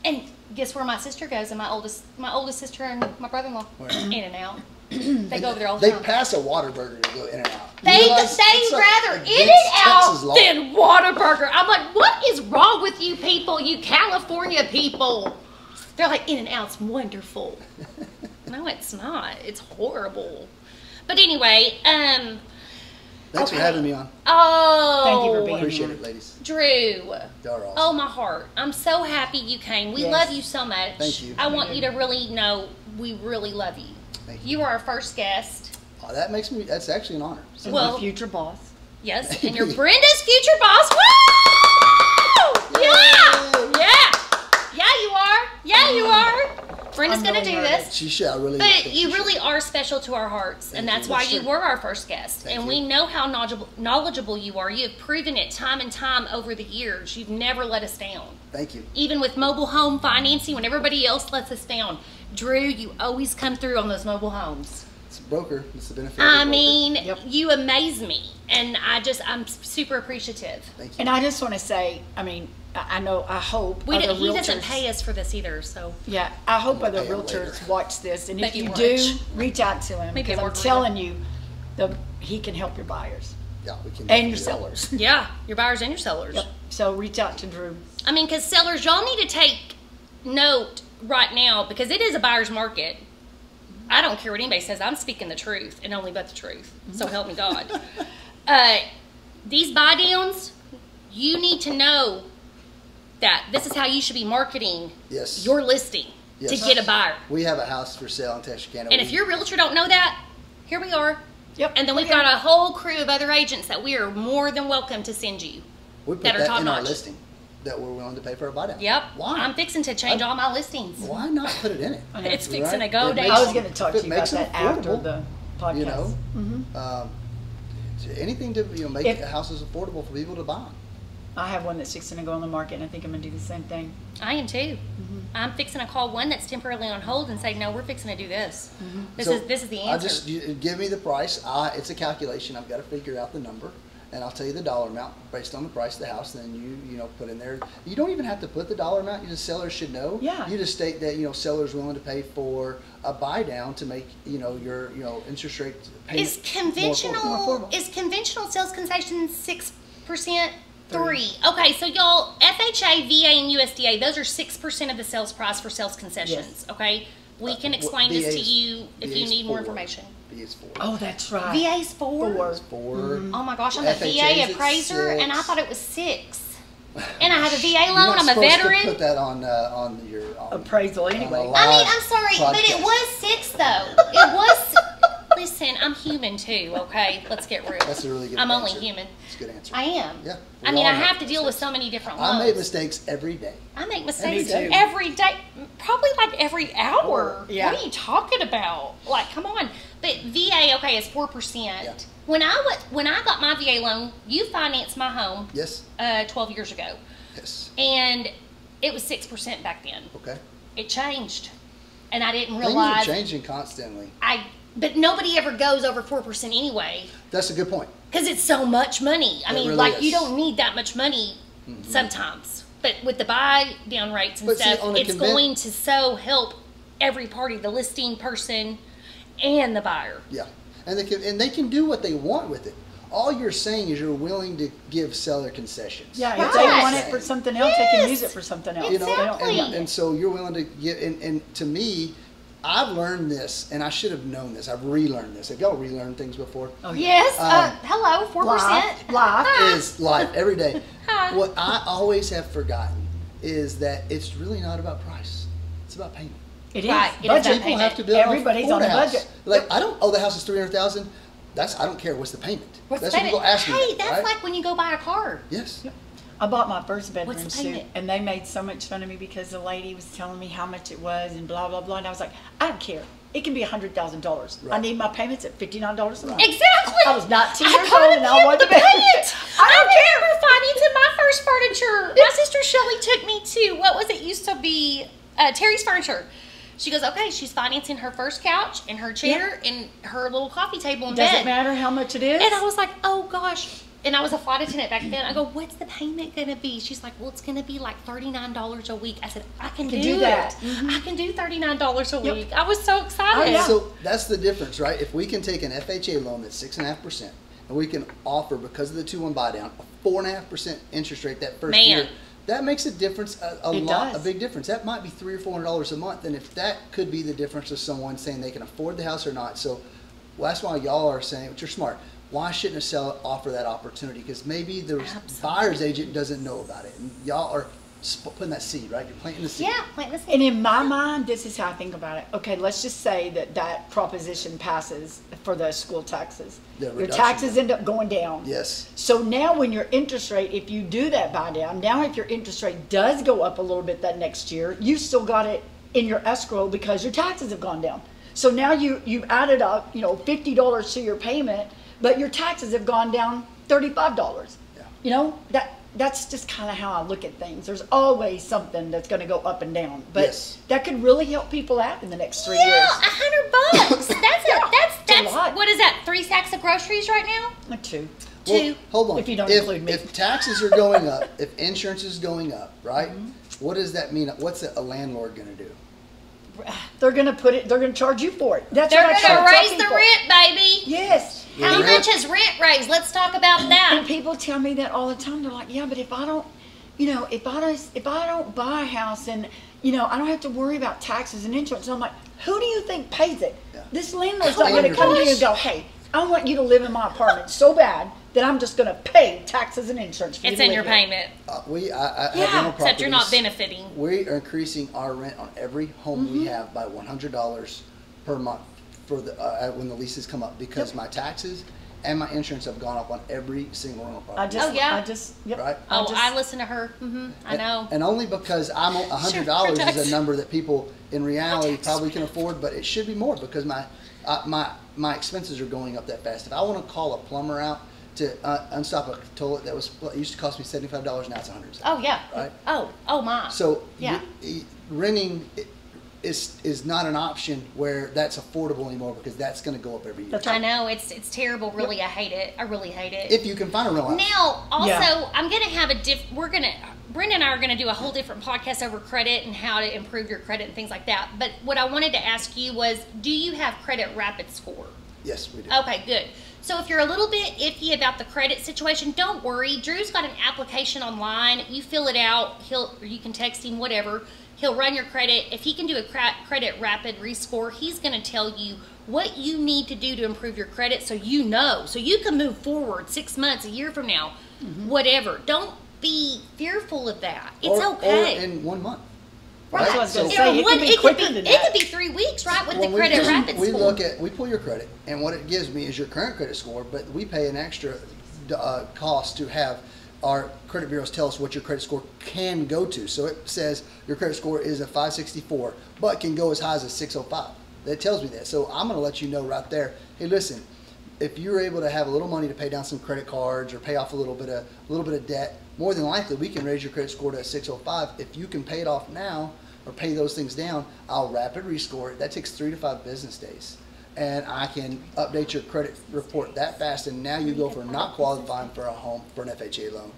S4: and guess where my sister goes and my oldest, my oldest sister and my brother-in-law.
S3: Where?
S4: In and Out. they go over there all the
S3: They
S4: time.
S3: pass a Whataburger to go In and Out. You
S4: They
S3: realize
S4: they
S3: it's like
S4: rather
S3: against
S4: in it out
S3: Texas law.
S4: than Whataburger. I'm like, what is wrong with you people, you California people? They're like, In and Out's wonderful. no, it's not. It's horrible. But anyway, um,
S3: Thanks for
S4: Okay.
S3: having me on.
S4: oh,
S2: Thank you for being
S3: Appreciate it, ladies.
S4: Drew.
S3: Y'all are awesome.
S4: Oh my heart! I'm so happy you came. We
S2: Yes.
S4: love you so much.
S3: Thank you.
S4: I want you to really know we really love you.
S3: Thank
S4: You are our first guest.
S3: Oh, that makes me. That's actually an honor. So,
S2: And
S4: well-
S2: my future boss.
S4: Yes, and you're Brenda's future boss. Woo! Yeah! Yeah! Yeah, you are. Yeah, you are. Brenda's
S2: I'm
S4: going to
S2: really
S4: do
S2: nervous.
S4: this.
S3: she should. I really.
S4: But
S3: think
S4: you
S3: she
S4: really are special to our hearts, and
S3: Thank
S4: that's
S3: you.
S4: why
S3: That's
S4: you
S3: true.
S4: were our first guest.
S3: Thank
S4: And
S3: you.
S4: we know how knowledgeable, knowledgeable you are. You have proven it time and time over the years. You've never let us down.
S3: should. Thank you.
S4: Even with mobile home financing, when everybody else lets us down, Drew, you always come through on those mobile homes.
S3: It's a broker. It's the benefit. of a
S4: I
S3: broker.
S4: mean,
S2: Yep.
S4: you amaze me, and I just, I'm super appreciative.
S3: Thank you.
S2: And I just want to say, I mean, I I know, I hope
S4: We
S2: other
S4: don't, he doesn't
S2: realtors-
S4: pay us for this either, so
S2: Yeah, I hope other
S3: pay him later.
S2: realtors watch this, and if
S4: Maybe
S2: you
S4: lunch.
S2: do, reach out to him
S4: Maybe
S2: because
S4: a
S2: I'm
S4: margarita.
S2: telling you, the he can help your buyers
S3: Yeah, we can.
S2: and
S3: do
S2: your
S3: that.
S2: sellers.
S4: yeah, your buyers and your sellers.
S2: Yep. So reach out to Drew.
S4: I mean, because sellers, y'all need to take note right now because it is a buyer's market. I don't care what anybody says. I'm speaking the truth and only but the truth. So help me God. uh, these buy downs, you need to know that this is how you should be marketing
S3: Yes.
S4: your listing to
S3: Yes.
S4: get a buyer.
S3: We have a house for sale in Texarkana.
S4: And if your realtor don't know that, here we are.
S2: Yep.
S4: And then we've
S2: Okay.
S4: got a whole crew of other agents that we are more than welcome to send you.
S3: we put
S4: that are
S3: that in our
S4: top-notch.
S3: listing, that we're willing to pay for a buy down.
S4: Yep.
S3: Why?
S4: I'm fixing to change
S3: I-
S4: all my listings.
S3: Why not put it in it?
S4: It's fixing
S3: Right.
S4: to go
S3: It
S4: down.
S3: makes-
S2: I was going to talk
S3: It
S2: to you about
S3: makes it
S2: that after
S3: affordable,
S2: the podcast.
S3: You know.
S4: Mm-hmm.
S3: Um, so anything to you know make
S2: If-
S3: houses affordable for people to buy.
S2: I have one that's fixing to go on the market, and I think I'm going to do the same thing.
S4: I am too.
S3: Mm-hmm.
S4: I'm fixing to call one that's temporarily on hold and say, no, we're fixing to do this. This
S3: Mm-hmm. So,
S4: is this is the
S3: I
S4: answer.
S3: just you, give me the price. I, it's a calculation. I've got to figure out the number, and I'll tell you the dollar amount based on the price of the house. Then you you know put in there. You don't even have to put the dollar amount. You just seller should know.
S2: Yeah.
S3: You just state that you know seller's willing to pay for a buy down to make you know your you know interest rate payment
S4: Is
S3: more affordable. More
S4: conventional
S3: affordable.
S4: is conventional sales concession six percent three? Okay, so y'all FHA, VA, and USDA those are six percent of the sales price for sales concessions. Okay, we can
S3: Uh,
S4: explain
S3: what-
S4: this to
S3: VA's
S4: you if you
S3: VA's
S4: need more
S3: four.
S4: information.
S3: VA's four.
S2: Oh, that's right.
S4: VA's four.
S2: Four.
S3: Four.
S4: Oh my gosh, I'm a
S3: FHA's
S4: VA
S3: at
S4: appraiser, and I
S3: six.
S4: thought it was six. And I have a VA
S3: You're
S4: loan.
S3: not
S4: I'm a
S3: supposed
S4: veteran.
S3: To put that on uh, on your on,
S2: Appraisal anyway.
S3: on a
S4: I mean,
S3: live
S4: I'm sorry, but it
S3: podcast.
S4: was six though. It was. Listen, I'm human too. Okay, let's get real.
S3: That's a really good.
S4: I'm only
S3: answer.
S4: human.
S3: That's a good answer.
S4: I am.
S3: Yeah, we
S4: I mean,
S3: all
S4: I
S3: make
S4: have to deal with so many different
S3: I
S4: loans.
S3: make mistakes every day.
S4: I make mistakes
S2: too.
S4: every day, probably like every hour.
S2: Yeah.
S4: What are you talking about? Like, come on. But VA, okay, is four
S3: Yeah.
S4: percent. When I wa when I got my VA loan, you financed my home
S3: Yes.
S4: uh, twelve years ago,
S3: Yes.
S4: and it was six percent back then.
S3: Okay.
S4: It changed, and I didn't
S3: Things are
S4: realize.
S3: changing constantly.
S4: I but nobody ever goes over four percent anyway
S3: That's a good point.
S4: because it's so much money. I
S3: It
S4: mean,
S3: really
S4: like you
S3: is. Mm-hmm.
S4: don't need that much money sometimes, but with the buy down rates and
S3: But see,
S4: stuff,
S3: on a
S4: it's
S3: conven-
S4: going to so help every party, the listing person and the buyer.
S3: Yeah, and they can and they can do what they want with it. All you're saying is you're willing to give seller concessions.
S2: Yeah, if
S4: Right.
S2: they want it for something else, they
S4: Yes.
S2: can use it for something else.
S3: you know, and-
S4: Exactly.
S3: and, and so you're willing to get. And, and to me, I've learned this, and I should have known this. I've relearned this. Have y'all relearned things before?
S2: Oh, yeah.
S4: Yes. uh,
S3: Um,
S4: hello, four
S2: Life,
S4: percent.
S2: life.
S3: is life every day.
S4: Hi.
S3: What I always have forgotten is that it's really not about price; it's about payment.
S2: It is.
S4: Right, it is
S2: budget.
S4: that
S3: People have to build.
S2: Everybody's on
S3: a
S2: a
S3: house.
S2: budget.
S3: Like I don't. Oh, the house is three hundred thousand. That's I don't care. What's the payment?
S4: What's
S3: that's
S4: the
S3: what people
S4: payment?
S3: ask me.
S4: Hey,
S3: about,
S4: that's
S3: right?
S4: like when you go buy a car.
S3: yes.
S2: I bought my first bedroom
S4: the
S2: suit,
S4: payment?
S2: and they made so much fun of me because the lady was telling me how much it was and blah blah blah, and I was like, I don't care. It can be a hundred thousand dollars. I
S3: Right.
S2: need my payments at fifty nine dollars a month.
S4: Exactly.
S2: I was 19
S4: I
S2: years
S4: gotta
S2: old and I
S4: pay
S2: wanted
S4: the
S2: to pay
S4: payment.
S2: it.
S4: I remember financing my first furniture. My sister Shelley took me to what was it used to be uh, Terry's Furniture. She goes, okay, she's financing her first couch and her chair and her little coffee table and
S2: Doesn't
S4: bed.
S2: matter how much it is.
S4: And I was like, oh gosh. And I was a flight attendant back then. I go, what's the payment gonna be? She's like, well, it's gonna be like thirty nine dollars a week. I said, I can,
S2: can
S4: do,
S2: do that. Mm-hmm.
S4: it. I can do thirty nine dollars a
S2: Yep. Oh,
S4: week. I was so excited.
S2: yeah.
S3: So that's the difference, right? If we can take an FHA loan that's six and a half percent, and we can offer because of the two one buy down a four and a half percent interest rate that first
S4: Man.
S3: year, that makes a difference, a, a
S2: It
S3: lot,
S2: does.
S3: a big difference. That might be three or four hundred dollars a month, and if that could be the difference of someone saying they can afford the house or not. So well, that's why y'all are saying, but you're smart. Why shouldn't a seller offer that opportunity? Because maybe the buyer's agent doesn't know about it, and y'all are sp- putting that seed, right? You're planting the seed.
S4: yeah, plant this.
S2: And in my mind, this is how I think about it. Okay, let's just say that that proposition passes for the school taxes.
S3: The
S2: Your
S3: reduction.
S2: taxes end up going down.
S3: Yes.
S2: So now, when your interest rate, if you do that buy down, now if your interest rate does go up a little bit that next year, you still got it in your escrow because your taxes have gone down. So now you you added up, you know, fifty dollars to your payment, but your taxes have gone down thirty five dollars.
S3: Yeah.
S2: You know that that's just kind of how I look at things. There's always something that's going to go up and down, but
S3: Yes.
S2: that could really help people out in the next three
S4: Yeah,
S2: years.
S4: a hundred bucks. That's a,
S2: Yeah,
S4: that's
S2: it's a
S4: that's
S2: lot.
S4: what is that? Three sacks of groceries right now.
S2: Or two.
S4: Two.
S3: Hold on.
S2: If you don't include me.
S3: If taxes are going up, if insurance is going up, right?
S2: Mm-hmm.
S3: What does that mean? What's a landlord going to do?
S2: They're going to put it. They're going to charge you for it. That's
S4: They're
S2: what I try
S4: gonna
S2: to tell
S4: raise the
S2: people.
S4: rent, baby.
S2: Yes.
S3: Yeah.
S4: How
S3: The
S4: much
S3: rent-
S4: is rent raised? Let's talk about
S2: And
S4: that.
S2: people tell me that all the time. They're like, "Yeah, but if I don't, you know, if I don't, if I don't buy a house and, you know, I don't have to worry about taxes and insurance." And I'm like, "Who do you think pays it?
S3: Yeah.
S2: This landlord's not
S3: Oh
S2: going
S3: my
S2: to come to you
S3: gosh.
S2: and go, "Hey, I want you to live in my apartment so bad that I'm just going to pay taxes and insurance for you
S4: It's
S2: to
S4: in
S2: live
S4: your
S2: here."
S4: payment,
S3: Uh, we, I, I
S2: Yeah,
S3: have rental
S4: except you're not
S3: properties.
S4: benefiting.
S3: We are increasing our rent on every home
S2: Mm-hmm.
S3: we have by one hundred dollars per month for the uh, when the leases come up because my taxes and my insurance have gone up on every single rental
S2: I
S3: property.
S2: just,
S4: Oh, yeah.
S2: I just, yep.
S3: Right.
S4: Oh,
S2: just-
S4: I listen to her. hmm I know.
S3: And only because I'm a hundred dollars is
S4: protect.
S3: a number that people in reality probably can afford, but it should be more because my uh, my my expenses are going up that fast. If I want to call a plumber out to uh, unstop a toilet that was it used to cost me seventy five dollars, now it's a hundred.
S4: oh yeah.
S3: Right.
S4: Oh oh my.
S3: So
S4: yeah.
S3: y- y- renting, it- is is not an option where that's affordable anymore because that's going to go up every year.
S2: That's
S4: I know it's it's terrible. Really, I hate it. I really hate it.
S3: If you can find a rental house.
S4: Now, also,
S2: Yeah.
S4: I'm going to have a diff. We're going to, Brenda and I are going to do a whole different podcast over credit and how to improve your credit and things like that. But what I wanted to ask you was do you have credit rapid score?
S3: Yes, we do.
S4: Okay, good. So if you're a little bit iffy about the credit situation, don't worry. Drew's got an application online. You fill it out. He'll or you can text him whatever. He'll run your credit. If he can do a cra- credit rapid rescore, he's going to tell you what you need to do to improve your credit so you know. So you can move forward 6 months, a year from now,
S2: Mm-hmm.
S4: whatever. Don't be fearful of that. It's
S3: or,
S4: okay.
S3: Or in one month.
S4: right.
S2: That's what I was gonna
S4: Or
S2: say. it could
S4: one-
S2: be
S4: it could
S2: quicker
S4: be,
S2: than
S4: it
S2: that.
S4: could be 3 weeks, right, with
S3: When
S4: the credit
S3: we,
S4: rapid
S3: we
S4: score.
S3: look at we pull your credit, and what it gives me is your current credit score, but we pay an extra uh, cost to have our credit bureaus tell us what your credit score can go to. So it says your credit score is a 564, but can go as high as a 605. That tells me that. So I'm going to let you know right there. Hey, listen, if you're able to have a little money to pay down some credit cards or pay off a little bit of a little bit of debt, more than likely we can raise your credit score to a 605 if you can pay it off now or pay those things down. I'll rapid rescore it. That takes three to five business days, and I can update your credit report that fast. And now you go from not qualifying for a home for an FHA loan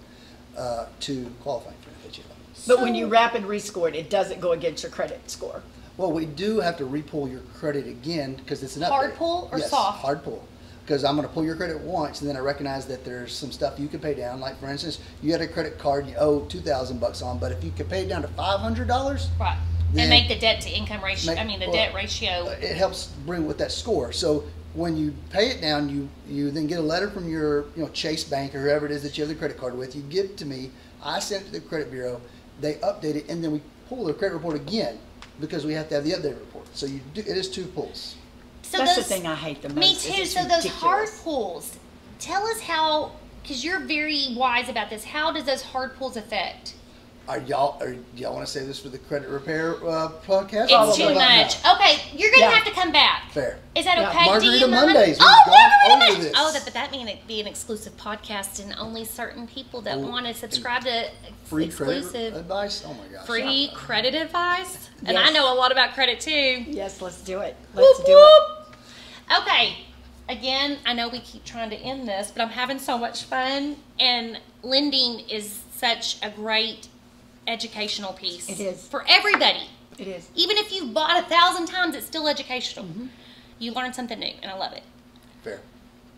S3: uh, to qualifying for an FHA loan.
S2: But when you rapid rescore it, it doesn't go against your credit score.
S3: Well, we do have to repull your credit again because it's an update.
S4: Hard pull or
S3: yes,
S4: soft?
S3: Hard pull. Because I'm going to pull your credit once, and then I recognize that there's some stuff you can pay down. Like for instance, you had a credit card you owe two thousand bucks on, but if you could pay it down to five hundred dollars,
S4: Right.
S3: Then-
S4: and make the debt to income ratio.
S3: Make-
S4: I mean, the
S3: well,
S4: debt ratio.
S3: uh, it helps bring with that score. So when you pay it down, you you then get a letter from your you know Chase Bank or whoever it is that you have the credit card with. You give it to me. I send it to the credit bureau. They update it, and then we pull the credit report again because we have to have the update report. So you do, it is two pulls.
S4: so
S2: That's
S4: those,
S2: the thing I hate the most.
S4: Me
S2: is
S4: too.
S2: it's
S4: So those hard
S2: ridiculous.
S4: pulls. Tell us how, because you're very wise about this. How does those hard pulls affect?
S3: Are y'all are y'all want to say this for the credit repair uh, podcast?
S4: It's
S3: How
S4: too
S3: about now?
S4: much. Okay, you're gonna
S2: Yeah.
S4: have to come back.
S3: Fair.
S4: Is that
S2: Yeah.
S4: okay? Do you
S3: Margarita
S4: mind?
S3: Mondays, we've
S4: Oh,
S3: gone
S4: Margarita
S3: over
S4: Mondays.
S3: this.
S4: Oh, that, but that mean it'd be an exclusive podcast and only certain people that
S3: Oh,
S4: want to subscribe to
S3: Free
S4: exclusive
S3: credit advice. Oh my gosh.
S4: free credit advice. And I
S2: Yes.
S4: know a lot about credit too.
S2: Yes, let's do it. Let's
S4: Whoop,
S2: do it.
S4: whoop. Okay. Again, I know we keep trying to end this, but I'm having so much fun, and lending is such a great educational piece.
S2: It is.
S4: for everybody.
S2: It is.
S4: Even if you've bought a thousand times, it's still educational.
S2: Mm-hmm.
S4: You learn something new, and I love it.
S3: Fair.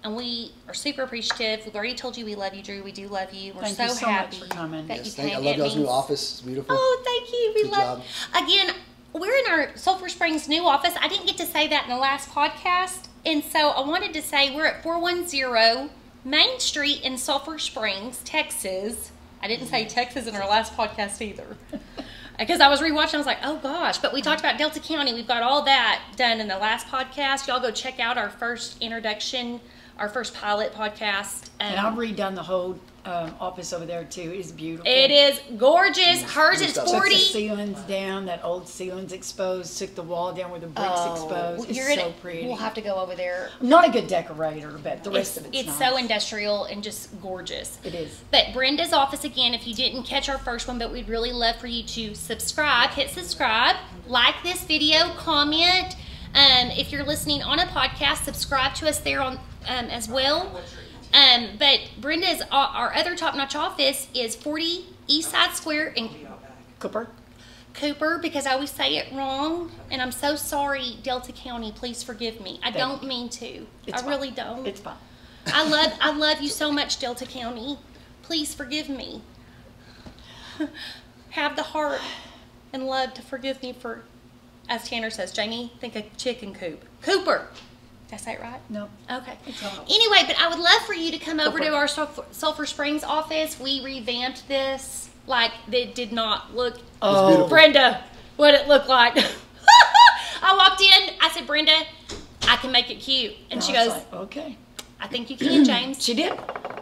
S4: And we are super appreciative. We've already told you we love you, Drew. We do love you. We're
S2: Thank
S4: so,
S2: you so much
S4: happy
S2: for coming.
S4: that
S3: Yes,
S4: you
S3: thank,
S4: came.
S3: I love
S4: It
S3: y'all's new
S4: means-
S3: office. It's beautiful.
S4: Oh, thank you. We
S3: Good
S4: love again. We're in our Sulphur Springs new office. I didn't get to say that in the last podcast, and so I wanted to say we're at 410 Main Street in Sulphur Springs, Texas. I didn't say Texas in our last podcast either. Because I was rewatching, I was like, oh gosh. But we talked about Delta County. We've got all that done in the last podcast. Y'all go check out our first introduction, our first pilot podcast. Um,
S2: And I've redone the whole um, office over there too. It's beautiful.
S4: it is gorgeous. Hers is
S3: Took the
S2: Took
S4: 40.
S2: the ceilings down. That old ceiling's exposed. Took the wall down where the bricks exposed. It's
S4: Oh, You're
S2: so
S4: gonna-
S2: pretty.
S4: We'll have to go over there.
S2: I'm not a good decorator, but the rest
S4: It's,
S2: of it's,
S4: it's
S2: nice.
S4: so industrial and just gorgeous.
S2: It is.
S4: But Brenda's office again, if you didn't catch our first one, but we'd really love for you to subscribe, hit subscribe, like this video, comment. Um, if you're listening on a podcast, subscribe to us there on um, as well. Um, but Brenda's our- our other top notch office is 40 East Side Square in
S2: Cooper.
S4: Cooper because I always say it wrong, and I'm so sorry, Delta County. Please forgive me. I don't mean to.
S2: It's
S4: I
S2: fine.
S4: really don't.
S2: It's fine.
S4: I love I love you so much, Delta County. Please forgive me. Have the heart and love to forgive me for, as Tanner says, Jamie, think a chicken coop. Cooper. Did I say it right?
S2: No.
S4: Okay.
S2: all right.
S4: Anyway, but I would love for you to come over to
S2: for it.
S4: our Sulphur, Sulphur Springs office. We revamped this. Like, it did not look
S2: Oh,
S3: beautiful.
S4: Brenda, what it looked like. I walked in. I said, Brenda, I can make it cute. And she
S2: I was
S4: goes,
S2: like, okay.
S4: I think you can, James.
S2: She did.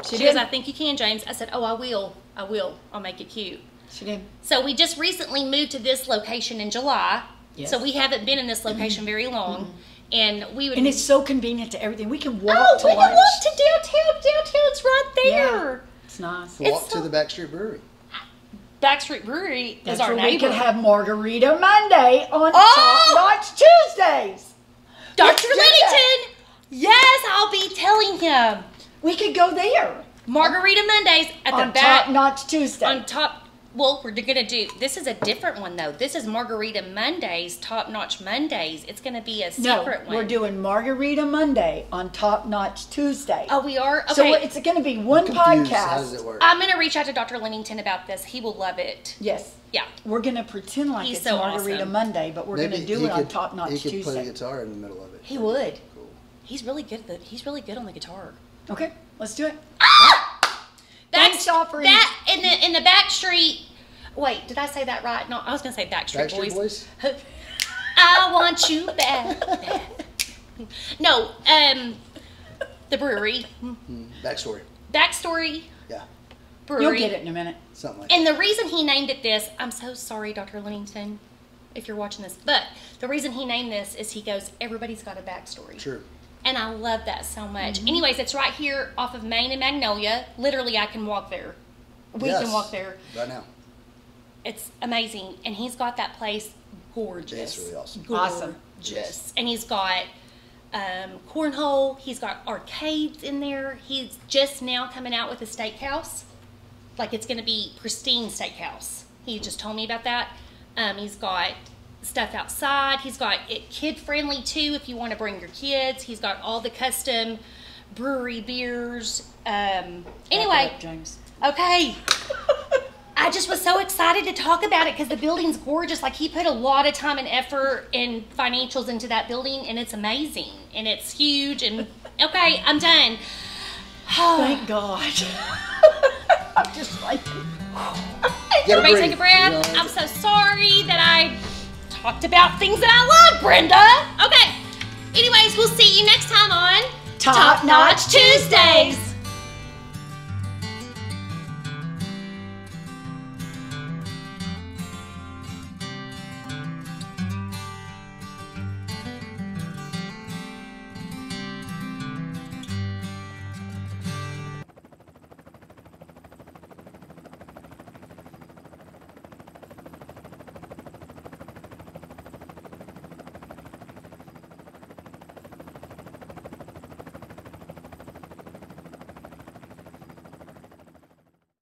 S2: She,
S4: She
S2: did.
S4: goes, I think you can, James. I said, Oh, I will. I will. I'll make it cute.
S2: she did.
S4: So we just recently moved to this location in July.
S2: Yes. Mm-hmm.
S4: So we haven't been in this location very long. And we would.
S2: And it's so convenient to everything. We can walk
S4: oh,
S2: to
S4: we can
S2: lunch.
S4: walk to downtown. Downtown's right there.
S2: It's nice.
S3: Walk
S4: It's
S3: to the
S4: so-
S3: Backstreet Brewery.
S4: Backstreet Brewery
S2: That's
S4: is our
S2: where we
S4: neighbor.
S2: could have Margarita Monday on
S4: Oh!
S2: Top Notch Tuesdays.
S4: Dr.
S2: do that.
S4: Liddington! Yes, I'll be telling him.
S2: We could go there
S4: Margarita Mondays at
S2: on
S4: the back
S2: Top Notch Tuesday.
S4: on top. Well, we're gonna do this is a different one though. This is Margarita Mondays, Top Notch Mondays. It's gonna be a
S2: no,
S4: secret one.
S2: we're doing Margarita Monday on Top Notch Tuesday.
S4: Oh, we are. Okay,
S2: So it's going to be one
S3: Confused. How does
S2: podcast.
S3: it work?
S4: I'm gonna reach out to Dr. Lennington about this. He will love it.
S2: Yes.
S4: Yeah.
S2: We're going to pretend like
S4: He's
S2: it's
S4: so
S2: Margarita
S4: awesome.
S2: Monday, but we're going to do
S3: he
S2: it on
S3: could-
S2: Top Notch
S3: He could play
S2: Tuesday.
S3: guitar in the middle of it.
S4: He would.
S3: Cool.
S4: He's really good. At the, he's really good on the guitar.
S2: Okay, let's do it.
S4: Ah! That's
S2: Thanks, Joffrey.
S4: that in the in the back street. Wait, did I say that right? No, I was gonna say Backstreet,
S3: Backstreet Boys?
S4: I want you back. no, um, the brewery
S3: Backstory.
S4: backstory
S3: Yeah.
S4: brewery.
S2: You'll get it in a minute.
S3: Something like
S4: And the reason he named it this, I'm so sorry, Dr. Lennington, if you're watching this, but the reason he named this is he goes, everybody's got a backstory.
S3: that. Sure.
S4: And I love that so much.
S2: Mm-hmm.
S4: Anyways, it's right here off of Main and Magnolia. Literally, I can walk there. We
S3: Yes.
S4: can walk there.
S3: Right now.
S4: It's amazing. And he's got that place gorgeous.
S3: It's really awesome.
S2: Awesome.
S4: Gorgeous. And he's got um, cornhole. He's got arcades in there. He's just now coming out with a steakhouse. Like it's going to be pristine steakhouse. He just told me about that. Um, he's got stuff outside. He's got it kid friendly too if you want to bring your kids. He's got all the custom brewery beers. Um,
S2: Wrap it
S4: anyway.
S2: up, James.
S4: Okay. I just was so excited to talk about it because the building's gorgeous. Like he put a lot of time and effort and financials into that building, and it's amazing and it's huge. And okay, I'm done.
S2: Thank God. I'm just like,
S3: Gotta
S4: Everybody take a
S3: breathe.
S4: breath.
S3: Yeah.
S4: I'm so sorry that I talked about things that I love, Brenda. Okay. Anyways, we'll see you next time on
S2: Top Notch
S4: Tuesdays.